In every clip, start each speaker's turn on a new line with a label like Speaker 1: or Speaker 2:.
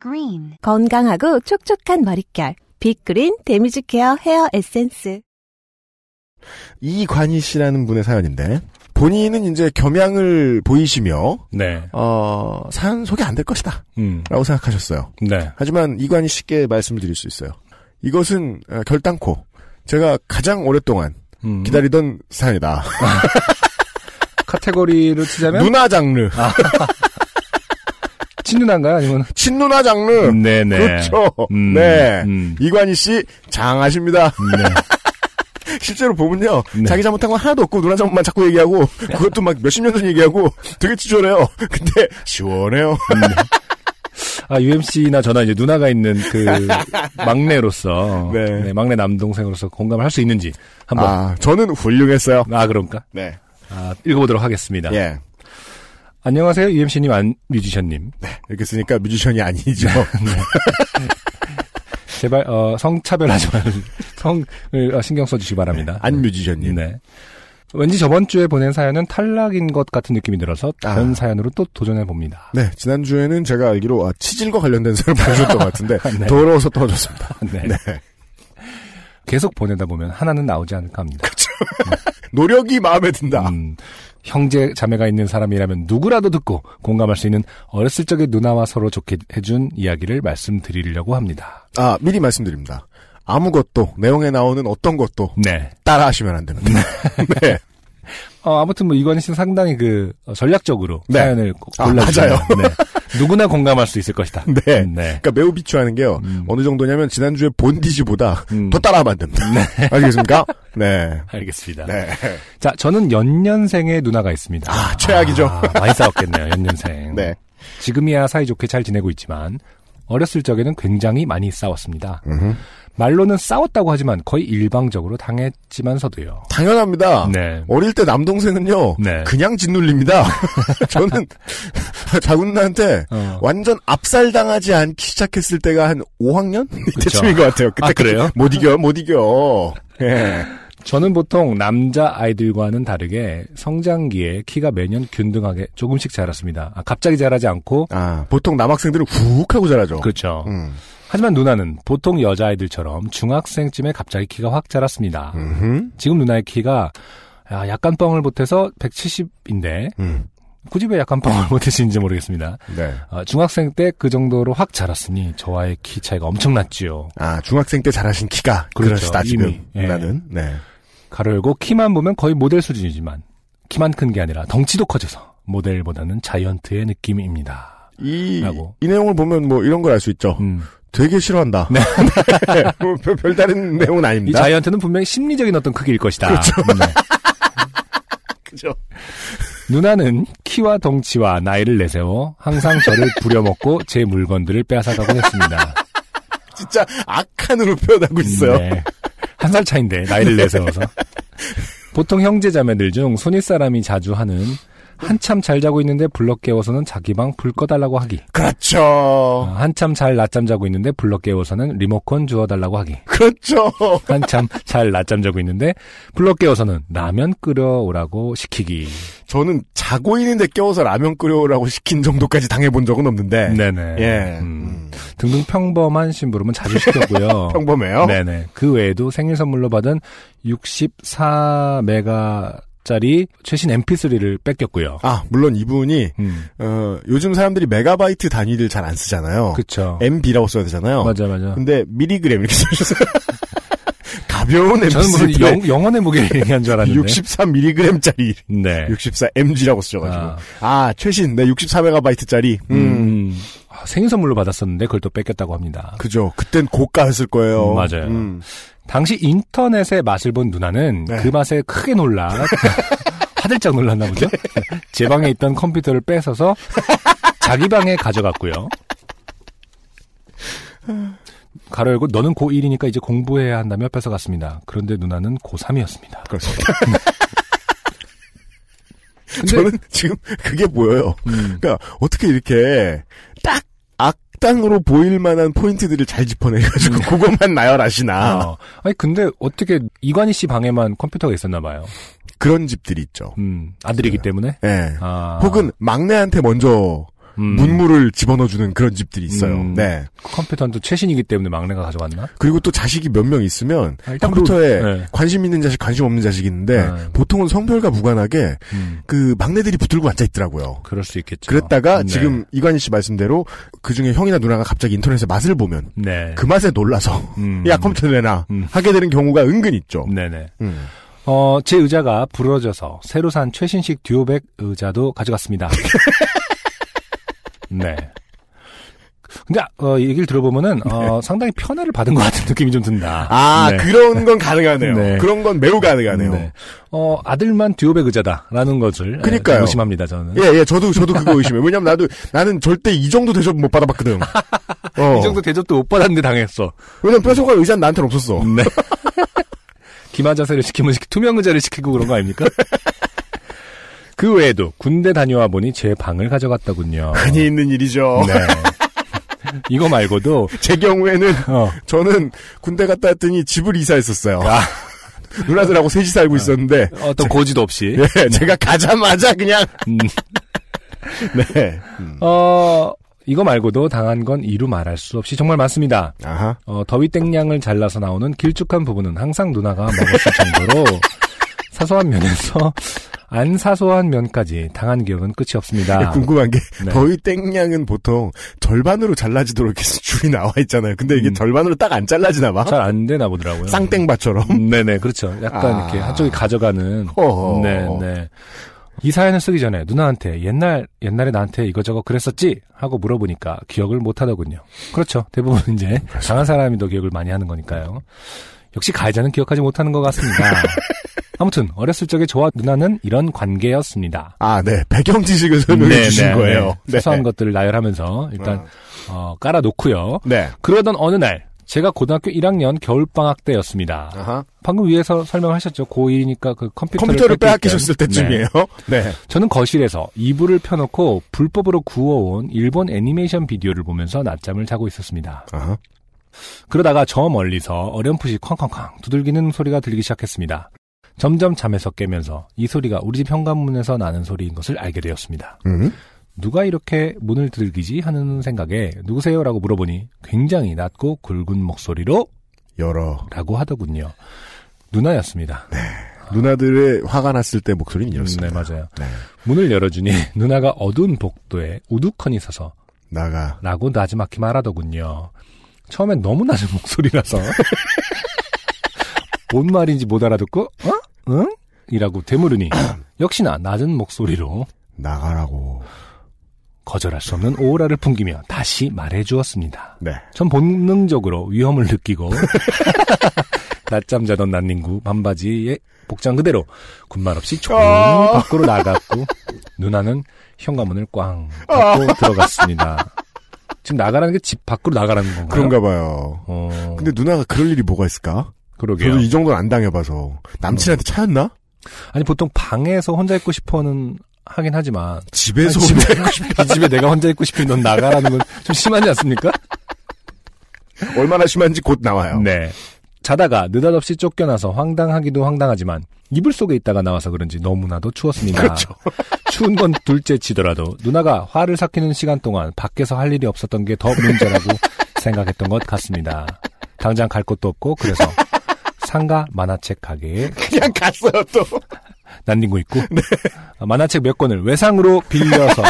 Speaker 1: Green
Speaker 2: 건강하고 촉촉한 머릿결 빅그린 데미지 케어 헤어 에센스
Speaker 3: 이관희 씨라는 분의 사연인데 본인은 이제 겸양을 보이시며
Speaker 4: 네.
Speaker 3: 어, 사연 소개 안 될 것이다
Speaker 4: 음.
Speaker 3: 라고 생각하셨어요.
Speaker 4: 네.
Speaker 3: 하지만 이관희 씨께 말씀드릴 수 있어요. 이것은 어, 결단코 제가 가장 오랫동안
Speaker 4: 음.
Speaker 3: 기다리던 사연이다.
Speaker 4: 카테고리로 치자면
Speaker 3: 누나 장르,
Speaker 4: 친누나인가요? 아니면
Speaker 3: 친누나 장르.
Speaker 4: 네네.
Speaker 3: 그렇죠.
Speaker 4: 음,
Speaker 3: 네.
Speaker 4: 음.
Speaker 3: 이관희 씨 장하십니다. 실제로 보면요.
Speaker 4: 네.
Speaker 3: 자기 잘못한 건 하나도 없고 누나 잘못만 자꾸 얘기하고 그것도 막 몇십 년 전 얘기하고 되게 치졸해요. 근데 시원해요.
Speaker 4: 아, UMC나 저나 이제 누나가 있는 그 막내로서
Speaker 3: 네.
Speaker 4: 네, 막내 남동생으로서 공감할 수 있는지 한번 아,
Speaker 3: 아, 저는 훌륭했어요.
Speaker 4: 그런가?
Speaker 3: 네.
Speaker 4: 아, 읽어보도록 하겠습니다.
Speaker 3: 예.
Speaker 4: 안녕하세요, UMC님, 안, 뮤지션님.
Speaker 3: 이렇게 쓰니까 뮤지션이 아니죠.
Speaker 4: 네. 제발 어, 성차별하지 말 성을 어, 신경 써주시기 바랍니다.
Speaker 3: 안 뮤지션님.
Speaker 4: 네. 왠지 저번 주에 보낸 사연은 탈락인 것 같은 느낌이 들어서
Speaker 3: 아.
Speaker 4: 다른 사연으로 또 도전해 봅니다.
Speaker 3: 네, 지난주에는 제가 알기로 아, 치질과 관련된 사연을 보내주셨던 것 같은데
Speaker 4: 네.
Speaker 3: 더러워서 떨어졌습니다.
Speaker 4: 네.
Speaker 3: 네.
Speaker 4: 계속 보내다 보면 하나는 나오지 않을까 합니다.
Speaker 3: 노력이 마음에 든다.
Speaker 4: 음, 형제 자매가 있는 사람이라면 누구라도 듣고 공감할 수 있는 어렸을 적의 누나와 서로 좋게 해준 이야기를 말씀드리려고 합니다.
Speaker 3: 아, 미리 말씀드립니다. 아무것도, 내용에 나오는 어떤 것도
Speaker 4: 네.
Speaker 3: 따라하시면 안 됩니다. 네.
Speaker 4: 어, 아무튼 뭐 이건희 씨는 상당히 그 어, 전략적으로
Speaker 3: 네.
Speaker 4: 사연을
Speaker 3: 아,
Speaker 4: 골라 주셨네요.
Speaker 3: 맞아요.
Speaker 4: 네. 누구나 공감할 수 있을 것이다.
Speaker 3: 네.
Speaker 4: 네.
Speaker 3: 그러니까 매우 비추하는 게요. 어느 정도냐면 지난주에 본디지보다
Speaker 4: 음.
Speaker 3: 더 따라하면 안 됩니다. 알겠습니까? 네.
Speaker 4: 알겠습니다.
Speaker 3: 네.
Speaker 4: 자, 저는 연년생의 누나가 있습니다.
Speaker 3: 아, 최악이죠.
Speaker 4: 아, 많이 싸웠겠네요, 연년생.
Speaker 3: 네.
Speaker 4: 지금이야 사이좋게 잘 지내고 있지만 어렸을 적에는 굉장히 많이 싸웠습니다. 말로는 싸웠다고 하지만 거의 일방적으로 당했지만서도요.
Speaker 3: 당연합니다.
Speaker 4: 네.
Speaker 3: 어릴 때 남동생은요.
Speaker 4: 네.
Speaker 3: 그냥 짓눌립니다. 저는 자군나한테
Speaker 4: 어.
Speaker 3: 완전 압살당하지 않기 시작했을 때가 한 5학년? 이때쯤인 것 같아요. 그때
Speaker 4: 아, 그래요?
Speaker 3: 못 이겨, 못 이겨. 예.
Speaker 4: 저는 보통 남자 아이들과는 다르게 성장기에 키가 매년 균등하게 조금씩 자랐습니다. 아, 갑자기 자라지 않고
Speaker 3: 아, 보통 남학생들은 훅 하고 자라죠.
Speaker 4: 그렇죠.
Speaker 3: 음.
Speaker 4: 하지만 누나는 보통 여자아이들처럼 중학생쯤에 갑자기 키가 확 자랐습니다.
Speaker 3: 음흠.
Speaker 4: 지금 누나의 키가 아, 약간 뻥을 못해서 170인데
Speaker 3: 음.
Speaker 4: 굳이 왜 약간 뻥을 못해시는지 모르겠습니다.
Speaker 3: 네.
Speaker 4: 아, 중학생 때 그 정도로 확 자랐으니 저와의 키 차이가 엄청났지요.
Speaker 3: 아, 중학생 때 자라신 키가.
Speaker 4: 그렇죠,
Speaker 3: 그렇다, 지금.
Speaker 4: 이미. 예.
Speaker 3: 나는. 네.
Speaker 4: 가로 열고 키만 보면 거의 모델 수준이지만 키만 큰 게 아니라 덩치도 커져서 모델보다는 자이언트의 느낌입니다.
Speaker 3: 이,
Speaker 4: 라고.
Speaker 3: 이 내용을 보면 뭐 이런 걸 알 수 있죠.
Speaker 4: 음.
Speaker 3: 되게 싫어한다.
Speaker 4: 네.
Speaker 3: 뭐 별- 별다른 내용은
Speaker 4: 이
Speaker 3: 아닙니다.
Speaker 4: 자이언트는 분명히 심리적인 어떤 크기일 것이다. 네.
Speaker 3: 그죠?
Speaker 4: 누나는 키와 덩치와 나이를 내세워 항상 저를 부려먹고 제 물건들을 빼앗아가곤 했습니다.
Speaker 3: 진짜 악한으로
Speaker 4: 음,
Speaker 3: 표현하고 있어요.
Speaker 4: 네. 한 살 차인데 나이를 내세워서. 보통 형제 자매들 중 손윗사람이 자주 하는 한참 잘 자고 있는데 불러 깨워서는 자기 방 불 꺼달라고 하기. 어,
Speaker 3: 그렇죠.
Speaker 4: 한참 잘 낮잠 자고 있는데 불러 깨워서는 리모컨 주워달라고 하기.
Speaker 3: 그렇죠.
Speaker 4: 한참 잘 낮잠 자고 있는데 불러 깨워서는 라면 끓여오라고 시키기.
Speaker 3: 저는 자고 있는데 깨워서 라면 끓여오라고 시킨 정도까지 당해본 적은 없는데.
Speaker 4: 네네.
Speaker 3: 예.
Speaker 4: 음, 등등 평범한 심부름은 자주 시켰고요.
Speaker 3: 평범해요.
Speaker 4: 네네. 그 외에도 생일 선물로 받은 64메가 짜리 최신 MP3를 뺏겼고요.
Speaker 3: 아, 물론 이분이,
Speaker 4: 음.
Speaker 3: 어, 요즘 사람들이 메가바이트 단위를 잘 안 쓰잖아요.
Speaker 4: 그쵸.
Speaker 3: MB라고 써야 되잖아요.
Speaker 4: 맞아, 맞아.
Speaker 3: 근데 미리그램 이렇게 써주셨어요. 가벼운 m
Speaker 4: 저는
Speaker 3: c
Speaker 4: 무슨
Speaker 3: 를
Speaker 4: 영, 영혼의 무게를 얘기한 줄 알았는데.
Speaker 3: 64mg짜리.
Speaker 4: 네.
Speaker 3: 64mg라고 쓰셔가지고. 아, 최신, 네, 64MB짜리. 음.
Speaker 4: 음. 아, 생일 선물로 받았었는데 그걸 또 뺏겼다고 합니다.
Speaker 3: 그죠. 그땐 고가였을 거예요.
Speaker 4: 음, 맞아요.
Speaker 3: 음.
Speaker 4: 당시 인터넷의 맛을 본 누나는
Speaker 3: 네.
Speaker 4: 그 맛에 크게 놀라 화들짝 놀랐나 보죠.
Speaker 3: 네.
Speaker 4: 제 방에 있던 컴퓨터를 뺏어서 자기 방에 가져갔고요. 가로 열고 너는 고1이니까 이제 공부해야 한다며 뺏어갔습니다. 그런데 누나는 고3이었습니다.
Speaker 3: 그렇습니다. 저는 지금 그게 보여요.
Speaker 4: 음.
Speaker 3: 그러니까 어떻게 이렇게 딱 악당으로 보일 만한 포인트들을 잘 짚어내가지고 그것만 나열하시나
Speaker 4: 음. 어. 아니 근데 어떻게 이관희 씨 방에만 컴퓨터가 있었나 봐요.
Speaker 3: 그런 집들이 있죠.
Speaker 4: 음, 아들이기 때문에.
Speaker 3: 예.
Speaker 4: 아,
Speaker 3: 혹은 막내한테 먼저
Speaker 4: 음,
Speaker 3: 문물을 집어넣어주는 그런 집들이 있어요.
Speaker 4: 음.
Speaker 3: 네.
Speaker 4: 컴퓨터는 또 최신이기 때문에 막내가 가져왔나?
Speaker 3: 그리고 또 자식이 몇 명 있으면
Speaker 4: 아, 일단
Speaker 3: 컴퓨터에
Speaker 4: 그- 네.
Speaker 3: 관심 있는 자식, 관심 없는 자식이 있는데
Speaker 4: 네.
Speaker 3: 보통은 성별과 무관하게
Speaker 4: 음,
Speaker 3: 그 막내들이 붙들고 앉아 있더라고요.
Speaker 4: 그럴 수 있겠죠.
Speaker 3: 그랬다가
Speaker 4: 네.
Speaker 3: 지금 이관희 씨 말씀대로 그 중에 형이나 누나가 갑자기 인터넷에 맛을 보면
Speaker 4: 네.
Speaker 3: 그 맛에 놀라서
Speaker 4: 음.
Speaker 3: 야 컴퓨터 내놔
Speaker 4: 음.
Speaker 3: 하게 되는 경우가 은근 있죠.
Speaker 4: 네네.
Speaker 3: 음.
Speaker 4: 어, 제 의자가 부러져서 새로 산 최신식 듀오백 의자도 가져갔습니다. 네. 근데 어, 얘기를 들어보면은 어, 상당히 편애를 받은 것 같은 느낌이 좀 든다.
Speaker 3: 네. 아
Speaker 4: 네.
Speaker 3: 그런 건 가능하네요.
Speaker 4: 네.
Speaker 3: 그런 건 매우 가능하네요.
Speaker 4: 네. 어, 아들만 듀오백 의자다라는 것을
Speaker 3: 그러니까요.
Speaker 4: 예, 의심합니다 저는.
Speaker 3: 예, 예, 저도, 저도 그거 의심해요. 왜냐면 나도, 나는 절대 이 정도 대접 못 받아봤거든. 어.
Speaker 4: 이 정도 대접도 못 받았는데 당했어.
Speaker 3: 왜냐면 뼛속과 의자는 나한테는 없었어.
Speaker 4: 네. 기마 자세를 시키면 시키- 투명 의자를 시키고 그런 거 아닙니까? 그 외에도 군대 다녀와 보니 제 방을 가져갔더군요.
Speaker 3: 흔히 있는 일이죠.
Speaker 4: 네. 이거 말고도
Speaker 3: 제 경우에는,
Speaker 4: 어,
Speaker 3: 저는 군대 갔다 왔더니 집을 이사했었어요.
Speaker 4: 아.
Speaker 3: 누나들하고 셋이 살고 있었는데,
Speaker 4: 어떤 고지도 없이
Speaker 3: 예, 제가 가자마자 그냥,
Speaker 4: 음.
Speaker 3: 네. 음.
Speaker 4: 어 이거 말고도 당한 건 이루 말할 수 없이 정말 많습니다.
Speaker 3: 아하.
Speaker 4: 어, 더위 땡냥을 잘라서 나오는 길쭉한 부분은 항상 누나가 먹었을 정도로 사소한 면에서 안 사소한 면까지 당한 기억은 끝이 없습니다.
Speaker 3: 예, 궁금한 게,
Speaker 4: 네.
Speaker 3: 더위 땡냥은 보통 절반으로 잘라지도록 이렇게 줄이 나와 있잖아요. 근데 이게
Speaker 4: 음.
Speaker 3: 절반으로 딱 안 잘라지나 봐.
Speaker 4: 잘 안 되나 보더라고요.
Speaker 3: 쌍땡바처럼.
Speaker 4: 음, 네네 그렇죠. 약간
Speaker 3: 아.
Speaker 4: 이렇게 한쪽이 가져가는.
Speaker 3: 허허.
Speaker 4: 네네. 이 사연을 쓰기 전에 누나한테 옛날 옛날에 나한테 이거저거 그랬었지 하고 물어보니까 기억을 못하더군요. 그렇죠. 대부분 이제 당한 사람이 더 기억을 많이 하는 거니까요. 역시 가해자는 기억하지 못하는 것 같습니다. 아무튼 어렸을 적에 저와 누나는 이런 관계였습니다.
Speaker 3: 아, 네. 배경 지식을 설명해 주신 거예요. 아.
Speaker 4: 네. 소소한 것들을 나열하면서 일단 어, 깔아놓고요.
Speaker 3: 네.
Speaker 4: 그러던 어느 날 제가 고등학교 1학년 겨울 방학 때였습니다.
Speaker 3: 아하.
Speaker 4: 방금 위에서 설명하셨죠. 고1이니까 그 컴퓨터를,
Speaker 3: 컴퓨터를
Speaker 4: 뺏길
Speaker 3: 빼앗기셨을
Speaker 4: 때.
Speaker 3: 때쯤이에요.
Speaker 4: 네.
Speaker 3: 네.
Speaker 4: 저는 거실에서 이불을 펴놓고 불법으로 구워온 일본 애니메이션 비디오를 보면서 낮잠을 자고 있었습니다.
Speaker 3: 아하.
Speaker 4: 그러다가 저 멀리서 어렴풋이 쾅쾅쾅 두들기는 소리가 들리기 시작했습니다. 점점 잠에서 깨면서 이 소리가 우리 집 현관문에서 나는 소리인 것을 알게 되었습니다.
Speaker 3: 음.
Speaker 4: 누가 이렇게 문을 두들기지 하는 생각에 누구세요라고 물어보니 굉장히 낮고 굵은 목소리로
Speaker 3: 여러
Speaker 4: 라고 하더군요. 누나였습니다.
Speaker 3: 누나들의 화가 났을 때 목소리는 이렇습니다.
Speaker 4: 네, 맞아요.
Speaker 3: 네.
Speaker 4: 문을 열어주니 누나가 어두운 복도에 우두커니 서서
Speaker 3: 나가.
Speaker 4: 라고 나지막히 말하더군요. 처음엔 너무 낮은 목소리라서 뭔 말인지 못 알아듣고 어? 응? 이라고 되물으니 역시나 낮은 목소리로
Speaker 3: 나가라고.
Speaker 4: 거절할 수 없는 오라를 풍기며 다시 말해주었습니다.
Speaker 3: 네.
Speaker 4: 전 본능적으로 위험을 느끼고 낮잠 자던 난닝구 반바지에 복장 그대로 군말 없이 조용히
Speaker 3: 아.
Speaker 4: 밖으로 나갔고 누나는 현관문을 꽝
Speaker 3: 아.
Speaker 4: 닫고 들어갔습니다. 지금 나가라는 게 집 밖으로 나가라는 건가요?
Speaker 3: 그런가 봐요.
Speaker 4: 어,
Speaker 3: 근데 누나가 그럴 일이 뭐가 있을까?
Speaker 4: 그러게요.
Speaker 3: 저도 이 정도는 안 당해봐서. 남친한테 차였나?
Speaker 4: 아니 보통 방에서 혼자 있고 싶어는 하긴 하지만
Speaker 3: 집에서
Speaker 4: 아니, 집에-
Speaker 3: 혼자 있고 싶다.
Speaker 4: 이 집에 내가 혼자 있고 싶으면 넌 나가라는 건 좀 심하지 않습니까?
Speaker 3: 얼마나 심한지 곧 나와요.
Speaker 4: 네. 자다가 느닷없이 쫓겨나서 황당하기도 황당하지만 이불 속에 있다가 나와서 그런지 너무나도 추웠습니다.
Speaker 3: 그렇죠.
Speaker 4: 추운 건 둘째 치더라도 누나가 화를 삭히는 시간 동안 밖에서 할 일이 없었던 게 더 문제라고 생각했던 것 같습니다. 당장 갈 곳도 없고 그래서 상가 만화책 가게에
Speaker 3: 그냥 갔어요, 또.
Speaker 4: 난딩고 있고
Speaker 3: 네.
Speaker 4: 아, 만화책 몇 권을 외상으로 빌려서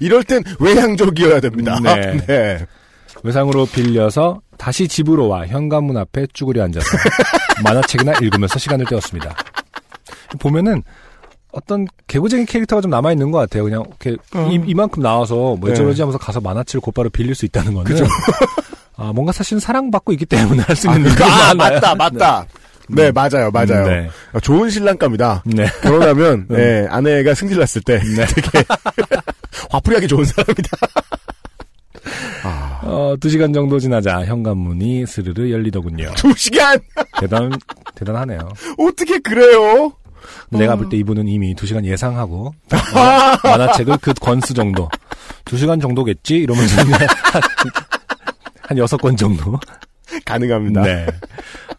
Speaker 3: 이럴 땐 외향적이어야 됩니다.
Speaker 4: 네.
Speaker 3: 네.
Speaker 4: 외상으로 빌려서 다시 집으로 와 현관문 앞에 쭈그려 앉아서 만화책이나 읽으면서 시간을 때웠습니다. 보면은 어떤 개구쟁이 캐릭터가 좀 남아 있는 것 같아요. 그냥 이렇게 이, 만큼 나와서 뭐
Speaker 3: 어. 네.
Speaker 4: 어쩌지 하면서 가서 만화책을 곧바로 빌릴 수 있다는 거는 아, 뭔가 사실은 사랑받고 있기 때문에 할 수 있는 일이
Speaker 3: 아,
Speaker 4: 많아요.
Speaker 3: 맞다, 맞다. 네, 음. 맞아요, 맞아요.
Speaker 4: 네.
Speaker 3: 아, 좋은 신랑감이다.
Speaker 4: 네.
Speaker 3: 결혼하면 예, 아내가 네. 승질났을 때 되게 화풀이하기 좋은 사람이다.
Speaker 4: 아, 어, 2시간 정도 지나자 현관문이 스르르 열리더군요.
Speaker 3: 두 시간!
Speaker 4: 대단, 대단하네요.
Speaker 3: 어떻게 그래요? 음.
Speaker 4: 근데 내가 볼 때 이분은 이미 2시간 예상하고 딱 만화- 만화책을 그 권수 정도 2시간 정도겠지? 이러면서 그냥 한- 한 6권 정도
Speaker 3: 가능합니다.
Speaker 4: 네.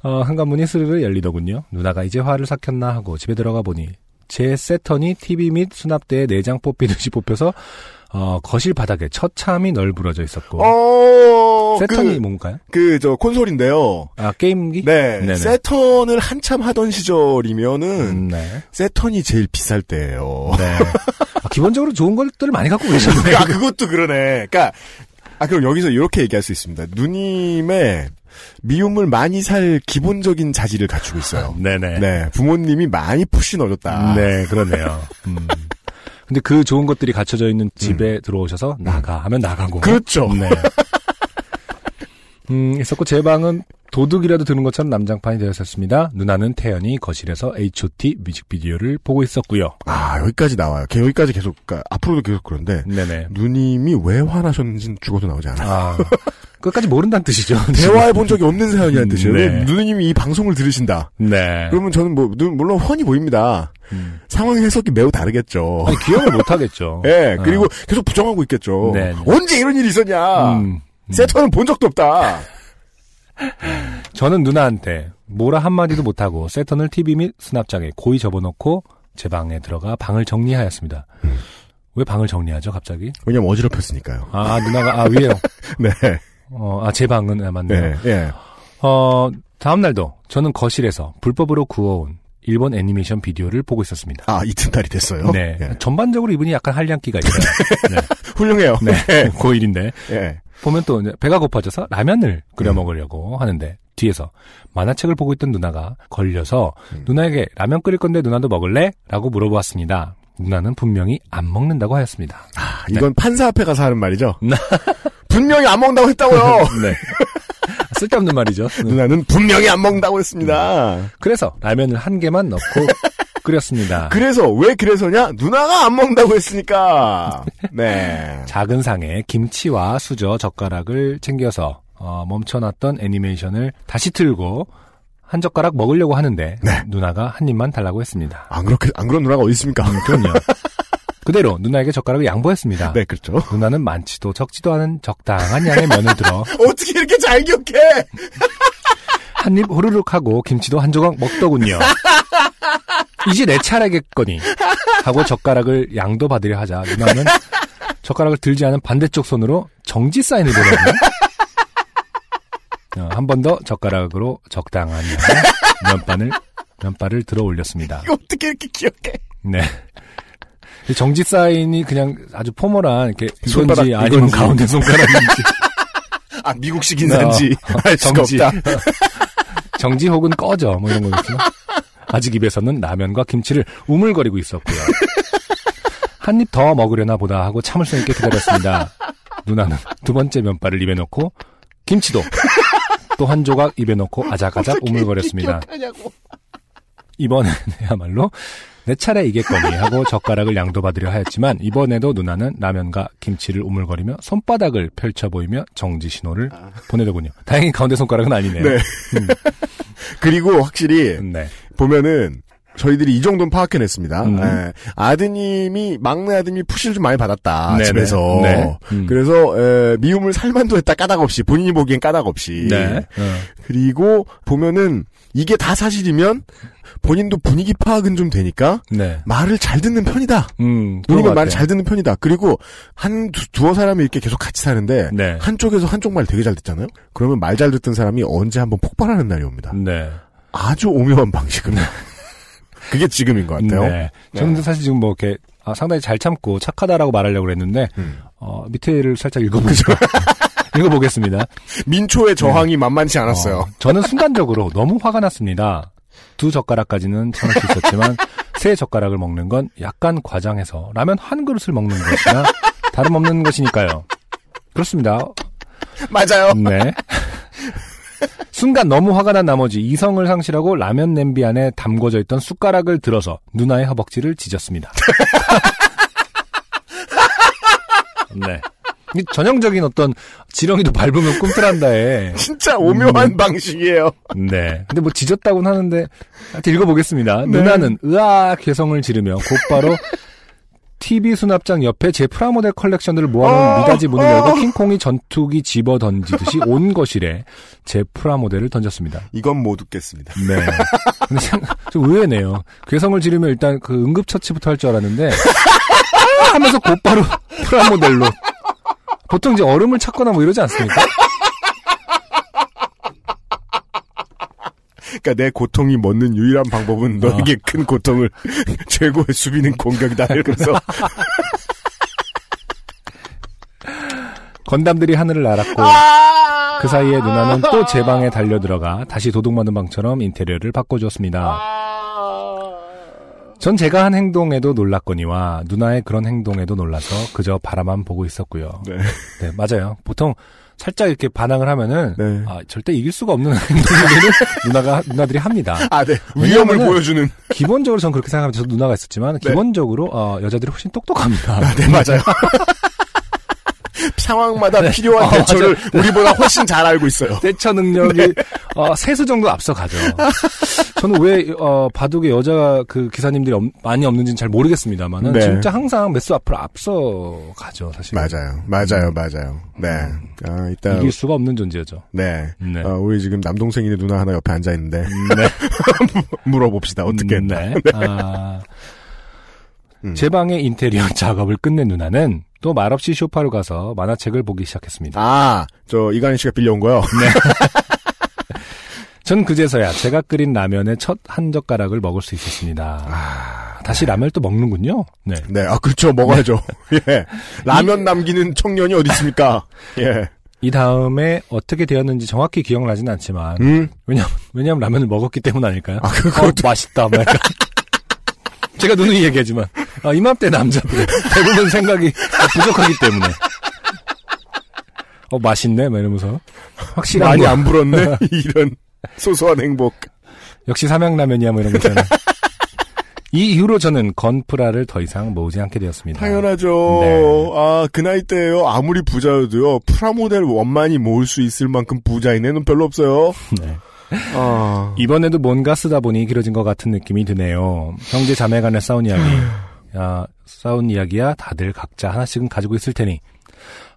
Speaker 4: 어, 한간문이 스르르 열리더군요. 누나가 이제 화를 삭혔나 하고 집에 들어가 보니 제 세턴이 TV 및 수납대에 내장 뽑히듯이 뽑혀서 어, 거실 바닥에 처참히 널브러져 있었고
Speaker 3: 어,
Speaker 4: 세턴이 뭔가요?
Speaker 3: 그, 저, 콘솔인데요.
Speaker 4: 아 게임기?
Speaker 3: 네.
Speaker 4: 네네.
Speaker 3: 세턴을 한참 하던 시절이면은,
Speaker 4: 음, 네.
Speaker 3: 세턴이 제일 비쌀 때예요
Speaker 4: 네. 아, 기본적으로 좋은 것들을 많이 갖고 계셨네요.
Speaker 3: 아, 그것도 그러네. 그니까, 아, 그럼 여기서 이렇게 얘기할 수 있습니다. 누님의 미움을 많이 살 기본적인 자질을 갖추고 있어요.
Speaker 4: 네네.
Speaker 3: 네. 부모님이 많이 푸시 넣어줬다.
Speaker 4: 네, 그러네요. 음. 근데 그 좋은 것들이 갖춰져 있는
Speaker 3: 음.
Speaker 4: 집에 들어오셔서 나가 하면 나가고.
Speaker 3: 그렇죠.
Speaker 4: 네. 음, 있었고 제 방은 도둑이라도 드는 것처럼 남장판이 되었었습니다. 누나는 태연이 거실에서 H.O.T. 뮤직비디오를 보고 있었고요.
Speaker 3: 아, 여기까지 나와요. 걔 여기까지 계속, 그러니까 앞으로도 계속 그런데,
Speaker 4: 네네.
Speaker 3: 누님이 왜 화나셨는지는 죽어도 나오지 않아요.
Speaker 4: 아 끝까지 모른다는 뜻이죠.
Speaker 3: 아, 대화해 본 적이 없는 사연이라는 뜻이에요.
Speaker 4: 네.
Speaker 3: 근데 누님이 이 방송을 들으신다.
Speaker 4: 네.
Speaker 3: 그러면 저는 뭐, 누- 물론 훤히 보입니다.
Speaker 4: 음.
Speaker 3: 상황 해석이 매우 다르겠죠.
Speaker 4: 아니, 기억을 못 하겠죠.
Speaker 3: 예, 그리고 아! 계속 부정하고 있겠죠.
Speaker 4: 아. 네, 네.
Speaker 3: 언제 이런 일이 있었냐.
Speaker 4: 음, 음.
Speaker 3: 세터는 본 적도 없다.
Speaker 4: 저는 누나한테 뭐라 한마디도 못하고 세턴을 TV 및 수납장에 고이 접어놓고 제 방에 들어가 방을 정리하였습니다.
Speaker 3: 음.
Speaker 4: 왜 방을 정리하죠, 갑자기?
Speaker 3: 왜냐면 어지럽혔으니까요.
Speaker 4: 아, 아, 누나가, 아, 위에요.
Speaker 3: 네.
Speaker 4: 어, 아, 제 방은, 아, 맞네요.
Speaker 3: 네. 예.
Speaker 4: 어, 다음날도 저는 거실에서 불법으로 구워온 일본 애니메이션 비디오를 보고 있었습니다.
Speaker 3: 아, 이튿날이 됐어요.
Speaker 4: 네.
Speaker 3: 예.
Speaker 4: 전반적으로 이분이 약간 한량기가 있어요.
Speaker 3: 훌륭해요.
Speaker 4: 네. 네. 고1인데.
Speaker 3: 예.
Speaker 4: 보면 또 이제 배가 고파져서 라면을 끓여 먹으려고 하는데 뒤에서 만화책을 보고 있던 누나가 걸려서 누나에게 라면 끓일 건데 누나도 먹을래? 라고 물어보았습니다. 누나는 분명히 안 먹는다고 하였습니다.
Speaker 3: 아,
Speaker 4: 네.
Speaker 3: 이건 판사 앞에 가서 하는 말이죠. 분명히 안 먹는다고 했다고요.
Speaker 4: 네. 음. 쓸데없는 말이죠.
Speaker 3: 누나는 분명히 안 먹는다고
Speaker 4: 음.
Speaker 3: 했습니다.
Speaker 4: 그래서 라면을 한 개만 넣고 끓였습니다.
Speaker 3: 그래서 왜 그래서냐? 누나가 안 먹는다고 했으니까. 네.
Speaker 4: 작은 상에 김치와 수저, 젓가락을 챙겨서 어, 멈춰놨던 애니메이션을 다시 틀고 한 젓가락 먹으려고 하는데 누나가 한 입만 달라고 했습니다.
Speaker 3: 안 그렇게 안 그런 누나가 어디 있습니까?
Speaker 4: 그럼요. 그대로 누나에게 젓가락을 양보했습니다.
Speaker 3: 네, 그렇죠.
Speaker 4: 누나는 많지도 적지도 않은 적당한 양의 면을 들어
Speaker 3: 어떻게 이렇게 잘 기억해?
Speaker 4: 한 입 후루룩 하고 김치도 한 조각 먹더군요. 이제 내 차례겠거니 하고 젓가락을 양도 받으려 하자 누나는 젓가락을 들지 않은 반대쪽 손으로 정지 사인을 보내고 한 번 더 젓가락으로 적당한 양의 면발을 면발을 들어 올렸습니다.
Speaker 3: 이거 어떻게 이렇게 기억해?
Speaker 4: 네. 이 정지 사인이 그냥 아주 포멀한 이렇게
Speaker 3: 손바닥,
Speaker 4: 이건지 아니면
Speaker 3: 이건지.
Speaker 4: 가운데 손가락인지
Speaker 3: 아, 미국식 인사인지
Speaker 4: 어,
Speaker 3: 알 수가
Speaker 4: 정지.
Speaker 3: 없다.
Speaker 4: 정지 혹은 꺼져 뭐 이런 거겠죠. 아직 입에서는 라면과 김치를 우물거리고 있었고요. 한 입 더 먹으려나 보다 하고 참을성 있게 기다렸습니다. 누나는 두 번째 면발을 입에 넣고 김치도 또 한 조각 입에 넣고 아작아작 우물거렸습니다. 이번에야말로 내 차례이겠거니 하고 젓가락을 양도받으려 하였지만 이번에도 누나는 라면과 김치를 우물거리며 손바닥을 펼쳐 보이며 정지 신호를 보내더군요. 다행히 가운데 손가락은 아니네요.
Speaker 3: 네.
Speaker 4: 음.
Speaker 3: 그리고 확실히
Speaker 4: 네.
Speaker 3: 보면은 저희들이 이 정도는 파악해냈습니다.
Speaker 4: 음.
Speaker 3: 예. 아드님이 막내 아드님이 푸시를 좀 많이 받았다
Speaker 4: 네네.
Speaker 3: 집에서.
Speaker 4: 네. 음.
Speaker 3: 그래서 에, 미움을 살만도 했다 까닭 없이 본인이 보기엔 까닭 없이.
Speaker 4: 네. 어.
Speaker 3: 그리고 보면은 이게 다 사실이면 본인도 분위기 파악은 좀 되니까
Speaker 4: 네.
Speaker 3: 말을 잘 듣는 편이다.
Speaker 4: 음. 그런
Speaker 3: 누님은
Speaker 4: 것
Speaker 3: 말을
Speaker 4: 같아요.
Speaker 3: 잘 듣는 편이다. 그리고 한 두- 두어 사람이 이렇게 계속 같이 사는데
Speaker 4: 네.
Speaker 3: 한쪽에서 한쪽 말 되게 잘 듣잖아요. 그러면 말 잘 듣던 사람이 언제 한번 폭발하는 날이 옵니다.
Speaker 4: 네.
Speaker 3: 아주 오묘한 방식으로. 그게 지금인 것 같아요.
Speaker 4: 네. 저는 사실 지금 뭐 이렇게 아, 상당히 잘 참고 착하다라고 말하려고 그랬는데
Speaker 3: 음.
Speaker 4: 어, 밑에를 살짝 읽어보죠. 읽어보겠습니다.
Speaker 3: 민초의 저항이 만만치 네. 않았어요.
Speaker 4: 어, 저는 순간적으로 너무 화가 났습니다. 두 젓가락까지는 참을 수 있었지만 세 젓가락을 먹는 건 약간 과장해서 라면 한 그릇을 먹는 것이나 다름없는 것이니까요. 그렇습니다.
Speaker 3: 맞아요.
Speaker 4: 네. 순간 너무 화가 난 나머지 이성을 상실하고 라면 냄비 안에 담궈져 있던 숟가락을 들어서 누나의 허벅지를 지졌습니다. 네. 이게 전형적인 어떤 지렁이도 밟으면 꿈틀한다에.
Speaker 3: 진짜 오묘한 방식이에요.
Speaker 4: 네. 근데 뭐 지졌다고는 하는데 하여튼 읽어보겠습니다.
Speaker 3: 네.
Speaker 4: 누나는 으악 개성을 지르며 곧바로 TV 수납장 옆에 제 프라모델 컬렉션들을 모아놓은
Speaker 3: 어,
Speaker 4: 미닫이 문을
Speaker 3: 어.
Speaker 4: 열고 킹콩이 전투기 집어 던지듯이 온 거실에 제 프라모델을 던졌습니다.
Speaker 3: 이건 못 웃겠습니다.
Speaker 4: 네. 근데 생- 좀 의외네요. 괴성을 지르면 일단 그 응급처치부터 할 줄 알았는데, 아! 하면서 곧바로 프라모델로. 보통 이제 얼음을 찾거나 뭐 이러지 않습니까?
Speaker 3: 그러니까 내 고통이 멎는 유일한 방법은 너에게 큰 고통을 최고의 수비는 공격이다. 이러면서
Speaker 4: 건담들이 하늘을 날았고, 그 사이에 누나는 또 제 방에 달려들어가 다시 도둑맞은 방처럼 인테리어를 바꿔주었습니다. 전 제가 한 행동에도 놀랐거니와 누나의 그런 행동에도 놀라서 그저 바라만 보고 있었고요.
Speaker 3: 네.
Speaker 4: 네, 맞아요. 보통 살짝 이렇게 반항을 하면은
Speaker 3: 네.
Speaker 4: 아, 절대 이길 수가 없는 행동들을 누나가 누나들이 합니다.
Speaker 3: 아, 네. 위험을
Speaker 4: 왜냐면은-
Speaker 3: 보여주는.
Speaker 4: 기본적으로 저는 그렇게 생각합니다. 저도 누나가 있었지만 기본적으로 어, 여자들이 훨씬 똑똑합니다.
Speaker 3: 네, 맞아요. 상황마다 필요한 네. 대처를 우리보다 훨씬 잘 알고 있어요.
Speaker 4: 대처 능력이
Speaker 3: 네.
Speaker 4: 어, 세수 정도 앞서가죠. 저는 왜 어, 바둑에 여자 그 기사님들이 엄- 많이 없는지는 잘 모르겠습니다만은
Speaker 3: 네.
Speaker 4: 진짜 항상 몇 수 앞으로 앞서가죠. 사실
Speaker 3: 맞아요. 맞아요. 맞아요. 네. 아, 이따.
Speaker 4: 이길 수가 없는 존재죠.
Speaker 3: 네.
Speaker 4: 네.
Speaker 3: 어, 우리 지금 남동생이네 누나 하나 옆에 앉아있는데. 물어봅시다. 어떻게
Speaker 4: 음,
Speaker 3: 했나.
Speaker 4: 네. 아,
Speaker 3: 음.
Speaker 4: 제 방의 인테리어 작업을 끝낸 누나는 또 말없이 쇼파로 가서 만화책을 보기 시작했습니다.
Speaker 3: 아, 저 이관희 씨가 빌려온 거요.
Speaker 4: 전 그제서야 제가 끓인 라면의 첫 한 젓가락을 먹을 수 있었습니다.
Speaker 3: 아,
Speaker 4: 다시 라면을 또 먹는군요. 네.
Speaker 3: 네, 아 그렇죠. 먹어야죠. 예. 라면 남기는 청년이 어디 있습니까? 예.
Speaker 4: 이 다음에 어떻게 되었는지 정확히 기억나진 않지만
Speaker 3: 음.
Speaker 4: 왜냐면 왜냐면 라면을 먹었기 때문 아닐까요?
Speaker 3: 아,
Speaker 4: 어, 맛있다. 막 약간. 제가 누누이 얘기하지만 아, 이맘때 남자들 대부분 생각이 부족하기 때문에 어 맛있네 막 이러면서 확실히
Speaker 3: 많이 안 불었네. 이런 소소한 행복.
Speaker 4: 역시 삼양라면이야 뭐 이런 거 있잖아요. 이 이후로 저는 건프라를 더 이상 모으지 않게 되었습니다.
Speaker 3: 당연하죠.
Speaker 4: 네.
Speaker 3: 아, 그 나이 때요. 아무리 부자여도요. 프라모델 원만히 모을 수 있을 만큼 부자인 애는 별로 없어요.
Speaker 4: 네.
Speaker 3: 아.
Speaker 4: 이번에도 뭔가 쓰다 보니 길어진 것 같은 느낌이 드네요. 형제 자매 간의 싸운 이야기. 야, 싸운 이야기야 다들 각자 하나씩은 가지고 있을 테니.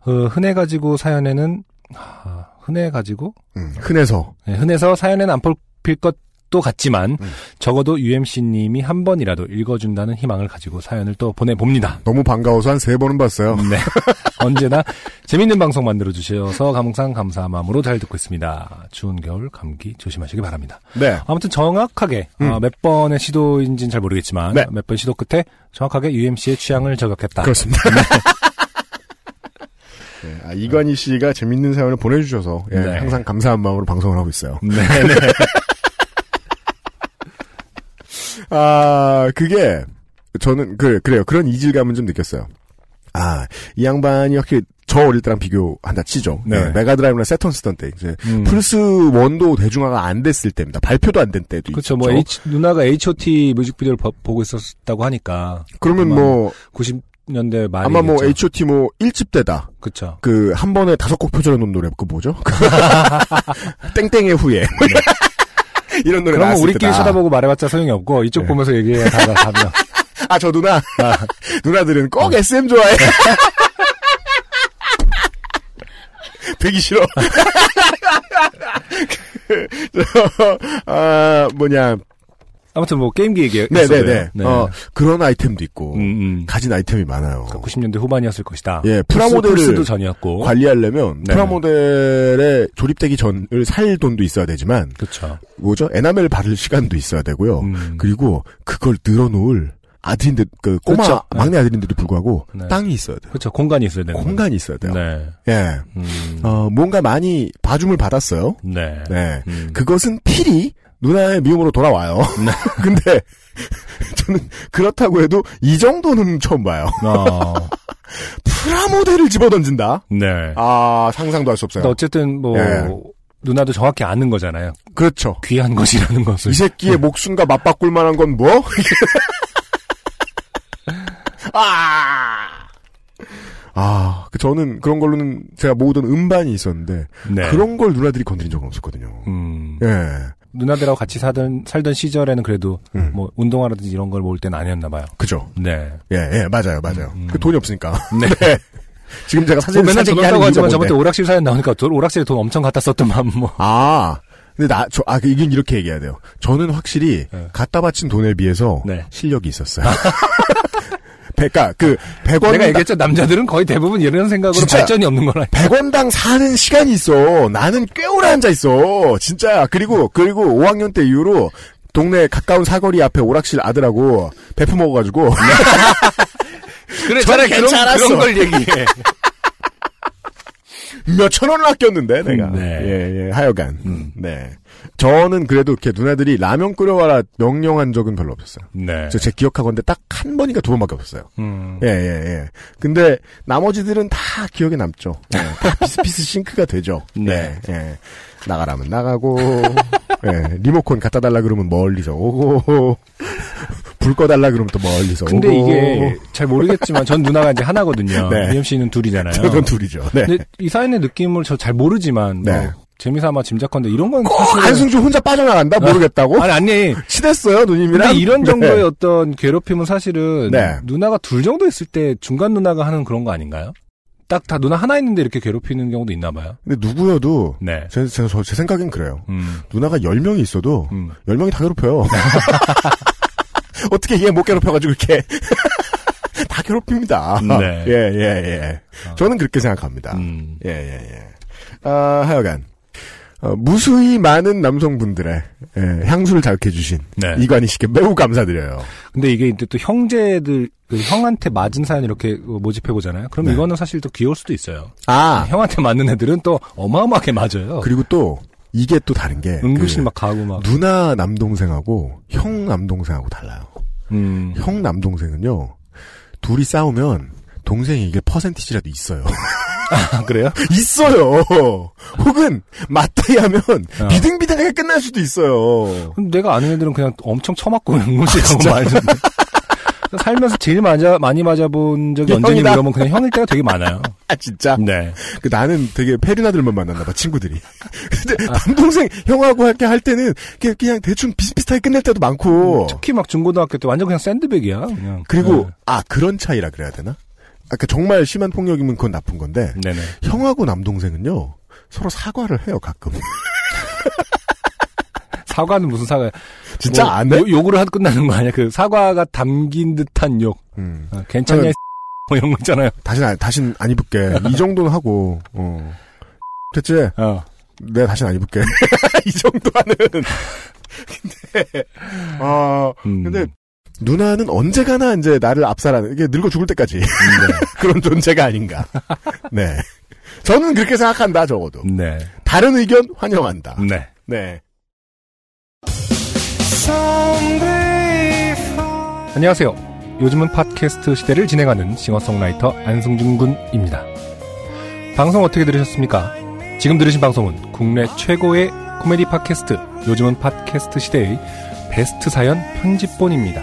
Speaker 4: 어, 흔해 가지고 사연에는 아, 흔해 가지고
Speaker 3: 음, 흔해서.
Speaker 4: 네, 흔해서 사연에는 안 뽑힐 것도 같지만 적어도 UMC님이 한 번이라도 읽어준다는 희망을 가지고 사연을 또 보내봅니다.
Speaker 3: 너무 반가워서 한 세 번은 봤어요.
Speaker 4: 네. 언제나 재밌는 방송 만들어주셔서 항상 감사한 마음으로 잘 듣고 있습니다. 추운 겨울 감기 조심하시기 바랍니다.
Speaker 3: 네.
Speaker 4: 아무튼 정확하게
Speaker 3: 음.
Speaker 4: 아, 몇 번의 시도인지는 잘 모르겠지만
Speaker 3: 네.
Speaker 4: 몇 번 시도 끝에 정확하게 UMC의 취향을 저격했다.
Speaker 3: 아, 그렇습니다. 네, 아, 이관희 씨가 재밌는 사연을 보내주셔서 예,
Speaker 4: 네.
Speaker 3: 항상 감사한 마음으로 방송을 하고 있어요.
Speaker 4: 네, 네.
Speaker 3: 아, 그게, 저는, 그, 그래요. 그런 이질감은 좀 느꼈어요. 아, 이 양반이 확실히 저 어릴 때랑 비교한다 치죠.
Speaker 4: 네.
Speaker 3: 네, 메가드라이브나 세턴 쓰던 때, 이제,
Speaker 4: 음.
Speaker 3: 플스1도 대중화가 안 됐을 때입니다. 발표도 안 된 때도
Speaker 4: 그렇죠.
Speaker 3: 있죠.
Speaker 4: 뭐 H, 누나가 H.O.T 뮤직비디오를 봐- 보고 있었다고 하니까
Speaker 3: 그러면 뭐,
Speaker 4: 90년대 말이
Speaker 3: 아마 뭐, H.O.T. 뭐, 1집 때다.
Speaker 4: 그렇죠.
Speaker 3: 그, 한 번에 다섯 곡 표절해놓은 노래, 그 뭐죠? 땡땡의 후예. 이런 노래
Speaker 4: 네. 그러면
Speaker 3: 나왔을
Speaker 4: 우리끼리
Speaker 3: 때다.
Speaker 4: 쳐다보고 말해봤자 소용이 없고 이쪽
Speaker 3: 네.
Speaker 4: 보면서 얘기해 다가 가면
Speaker 3: 아, 저 누나. 누나들은
Speaker 4: 어.
Speaker 3: 꼭 SM 좋아해. 되기 싫어. 그, 저, 아, 뭐냐.
Speaker 4: 아무튼 뭐 게임기 얘기
Speaker 3: 네네네.
Speaker 4: 했었어요. 네.
Speaker 3: 어, 그런 아이템도 있고,
Speaker 4: 음, 음.
Speaker 3: 가진 아이템이 많아요.
Speaker 4: 90년대 후반이었을 것이다.
Speaker 3: 어. 예,
Speaker 4: 플스-
Speaker 3: 프라모델을
Speaker 4: 플스도 전이었고.
Speaker 3: 관리하려면
Speaker 4: 네.
Speaker 3: 프라모델에 조립되기 전을 살 돈도 있어야 되지만
Speaker 4: 그렇죠.
Speaker 3: 뭐죠 에나멜 바를 시간도 있어야 되고요
Speaker 4: 음.
Speaker 3: 그리고 그걸 늘어놓을 아들인데 그 꼬마
Speaker 4: 그렇죠. 네.
Speaker 3: 막내 아들인데도 불구하고
Speaker 4: 네.
Speaker 3: 땅이 있어야 돼요
Speaker 4: 그렇죠. 공간이 있어야 되는 거죠.
Speaker 3: 공간이 있어야 돼요
Speaker 4: 네.
Speaker 3: 예.
Speaker 4: 음.
Speaker 3: 어, 뭔가 많이 봐줌을 받았어요.
Speaker 4: 네.
Speaker 3: 네.
Speaker 4: 음.
Speaker 3: 그것은 필히 누나의 미움으로 돌아와요.
Speaker 4: 네.
Speaker 3: 근데 저는 그렇다고 해도 이 정도는 처음 봐요.
Speaker 4: 어,
Speaker 3: 프라모델을 집어던진다?
Speaker 4: 네.
Speaker 3: 아, 상상도 할 수 없어요.
Speaker 4: 근데 어쨌든 뭐
Speaker 3: 예.
Speaker 4: 누나도 정확히 아는 거잖아요.
Speaker 3: 그렇죠.
Speaker 4: 귀한 것이라는 것을.
Speaker 3: 이 새끼의 목숨과 맞바꿀 만한 건 뭐? 아! 아, 저는 그런 걸로는 제가 모으던 음반이 있었는데
Speaker 4: 네.
Speaker 3: 그런 걸 누나들이 건드린 적은 없었거든요.
Speaker 4: 음.
Speaker 3: 예.
Speaker 4: 누나들하고 같이 사던 살던 시절에는 그래도
Speaker 3: 음.
Speaker 4: 뭐 운동화라든지 이런 걸 모을 때는 아니었나 봐요.
Speaker 3: 그죠.
Speaker 4: 네.
Speaker 3: 예, 예, 맞아요, 맞아요.
Speaker 4: 음, 음.
Speaker 3: 그 돈이 없으니까.
Speaker 4: 네.
Speaker 3: 지금 제가
Speaker 4: 뭐
Speaker 3: 사진
Speaker 4: 맨날
Speaker 3: 사진
Speaker 4: 저런다고 하지만 저번 때
Speaker 3: 뭔데?
Speaker 4: 오락실 사연 나오니까 저 오락실에 돈 엄청 갖다 썼더만 뭐.
Speaker 3: 아, 근데 나, 저, 아, 그 이건 이렇게 얘기해야 돼요. 저는 확실히
Speaker 4: 네.
Speaker 3: 갖다 바친 돈에 비해서
Speaker 4: 네.
Speaker 3: 실력이 있었어요. 그러니까 그 100원
Speaker 4: 내가 얘기했죠 남자들은 거의 대부분 이런 생각으로
Speaker 3: 진짜.
Speaker 4: 발전이 없는 거라.
Speaker 3: 100원당 사는 시간이 있어. 나는 꽤 오래 앉아 있어. 진짜. 그리고 그리고 5학년 때 이후로 동네 가까운 사거리 앞에 오락실 아들하고 베프 먹어가지고
Speaker 4: 그래
Speaker 3: 저는
Speaker 4: 차라리 그런,
Speaker 3: 괜찮았어.
Speaker 4: 그런 걸 얘기해.
Speaker 3: 몇 천 원을 아꼈는데 내가.
Speaker 4: 네. 음.
Speaker 3: 예, 예. 하여간. 네. 저는 그래도 이렇게 누나들이 라면 끓여와라 명령한 적은 별로 없었어요.
Speaker 4: 네.
Speaker 3: 저 제 기억하건데 딱 한 번인가 두 번밖에 없었어요.
Speaker 4: 음.
Speaker 3: 예, 예, 예. 근데 나머지들은 다 기억에 남죠. 예, 다 비스비스 싱크가 되죠.
Speaker 4: 네.
Speaker 3: 예, 예. 나가라면 나가고, 예, 리모컨 갖다 달라 그러면 멀리서 오고, 불 꺼달라 그러면 또 멀리서
Speaker 4: 근데
Speaker 3: 오고.
Speaker 4: 이게 잘 모르겠지만 전 누나가 이제 하나거든요.
Speaker 3: 네.
Speaker 4: 미엠 씨는 둘이잖아요.
Speaker 3: 저건 둘이죠. 네.
Speaker 4: 근데 이 사연의 느낌을 저 잘 모르지만
Speaker 3: 네.
Speaker 4: 뭐 재미삼아 짐작컨대 이런 건
Speaker 3: 꼭
Speaker 4: 사실은-
Speaker 3: 어, 안승준 혼자 빠져나간다? 모르겠다고?
Speaker 4: 아니 아니
Speaker 3: 친했어요, 누님이랑?
Speaker 4: 근데 이런
Speaker 3: 네.
Speaker 4: 정도의 어떤 괴롭힘은 사실은
Speaker 3: 네.
Speaker 4: 누나가 둘 정도 있을 때 중간 누나가 하는 그런 거 아닌가요? 딱 다 누나 하나 있는데 이렇게 괴롭히는 경우도 있나 봐요.
Speaker 3: 근데 누구여도,
Speaker 4: 네.
Speaker 3: 제, 제, 저- 제 생각엔 그래요.
Speaker 4: 음.
Speaker 3: 누나가 10명이 있어도,
Speaker 4: 음.
Speaker 3: 10명이 다 괴롭혀요. 어떻게 얘 못 괴롭혀가지고 이렇게. 다 괴롭힙니다.
Speaker 4: 네. 아.
Speaker 3: 예, 예, 예. 저는 그렇게 생각합니다.
Speaker 4: 음.
Speaker 3: 예, 예, 예. 아, 하여간. 어, 무수히 많은 남성분들의 예, 향수를 자극해주신
Speaker 4: 네.
Speaker 3: 이관희 씨께 매우 감사드려요.
Speaker 4: 근데 이게 이제 또 형제들 그 형한테 맞은 사연 이렇게 모집해 보잖아요. 그럼
Speaker 3: 네.
Speaker 4: 이거는 사실 또 귀여울 수도 있어요.
Speaker 3: 아,
Speaker 4: 형한테 맞는 애들은 또 어마어마하게 맞아요.
Speaker 3: 그리고 또 이게 또 다른 게
Speaker 4: 응급실
Speaker 3: 그
Speaker 4: 막 가고 막.
Speaker 3: 누나 남동생하고 형 남동생하고 달라요.
Speaker 4: 음.
Speaker 3: 형 남동생은요 둘이 싸우면 동생이 이게 퍼센티지라도 있어요.
Speaker 4: 아, 그래요?
Speaker 3: 있어요. 혹은 맞다이 하면
Speaker 4: 어.
Speaker 3: 비등비등하게 끝날 수도 있어요.
Speaker 4: 근데 내가 아는 애들은 그냥 엄청 처맞고 응급실 가고 말던데. 살면서 제일 맞아 많이 맞아본 적이
Speaker 3: 형이다.
Speaker 4: 언제니 그러면 그냥 형일 때가 되게 많아요.
Speaker 3: 아 진짜.
Speaker 4: 네.
Speaker 3: 그 나는 되게 페리나들만 만났나봐 친구들이. 근데
Speaker 4: 아.
Speaker 3: 남동생 형하고 이렇게 할 때는 그냥, 그냥 대충 비슷비슷하게 끝낼 때도 많고.
Speaker 4: 특히 막 중고등학교 때 완전 그냥 샌드백이야. 그냥.
Speaker 3: 그리고 아 그런 차이라 그래야 되나? 아까 그러니까 정말 심한 폭력이면 그건 나쁜 건데
Speaker 4: 네. 네네.
Speaker 3: 형하고 남동생은요 서로 사과를 해요 가끔.
Speaker 4: 사과는 무슨 사과야?
Speaker 3: 진짜
Speaker 4: 뭐,
Speaker 3: 안 해?
Speaker 4: 욕- 욕으로 하도 끝나는 거 아니야? 그 사과가 담긴 듯한 욕.
Speaker 3: 음.
Speaker 4: 아, 괜찮냐?
Speaker 3: 네.
Speaker 4: 이 뭐 이런 거 있잖아요.
Speaker 3: 다신 안, 다신 안 입을게. 이 정도는 하고, 어. 됐지?
Speaker 4: 어.
Speaker 3: 내가 다신 안 입을게. 이 정도는. 근데, 아,
Speaker 4: 음.
Speaker 3: 근데, 누나는 언제가나 이제 나를 압살하는, 이게 늙어 죽을 때까지. 그런 존재가 아닌가. 네. 저는 그렇게 생각한다, 적어도.
Speaker 4: 네.
Speaker 3: 다른 의견 환영한다.
Speaker 4: 네.
Speaker 3: 네.
Speaker 4: 안녕하세요. 요즘은 팟캐스트 시대를 진행하는 싱어송라이터 안승준 군입니다. 방송 어떻게 들으셨습니까? 지금 들으신 방송은 국내 최고의 코미디 팟캐스트 요즘은 팟캐스트 시대의 베스트 사연 편집본입니다.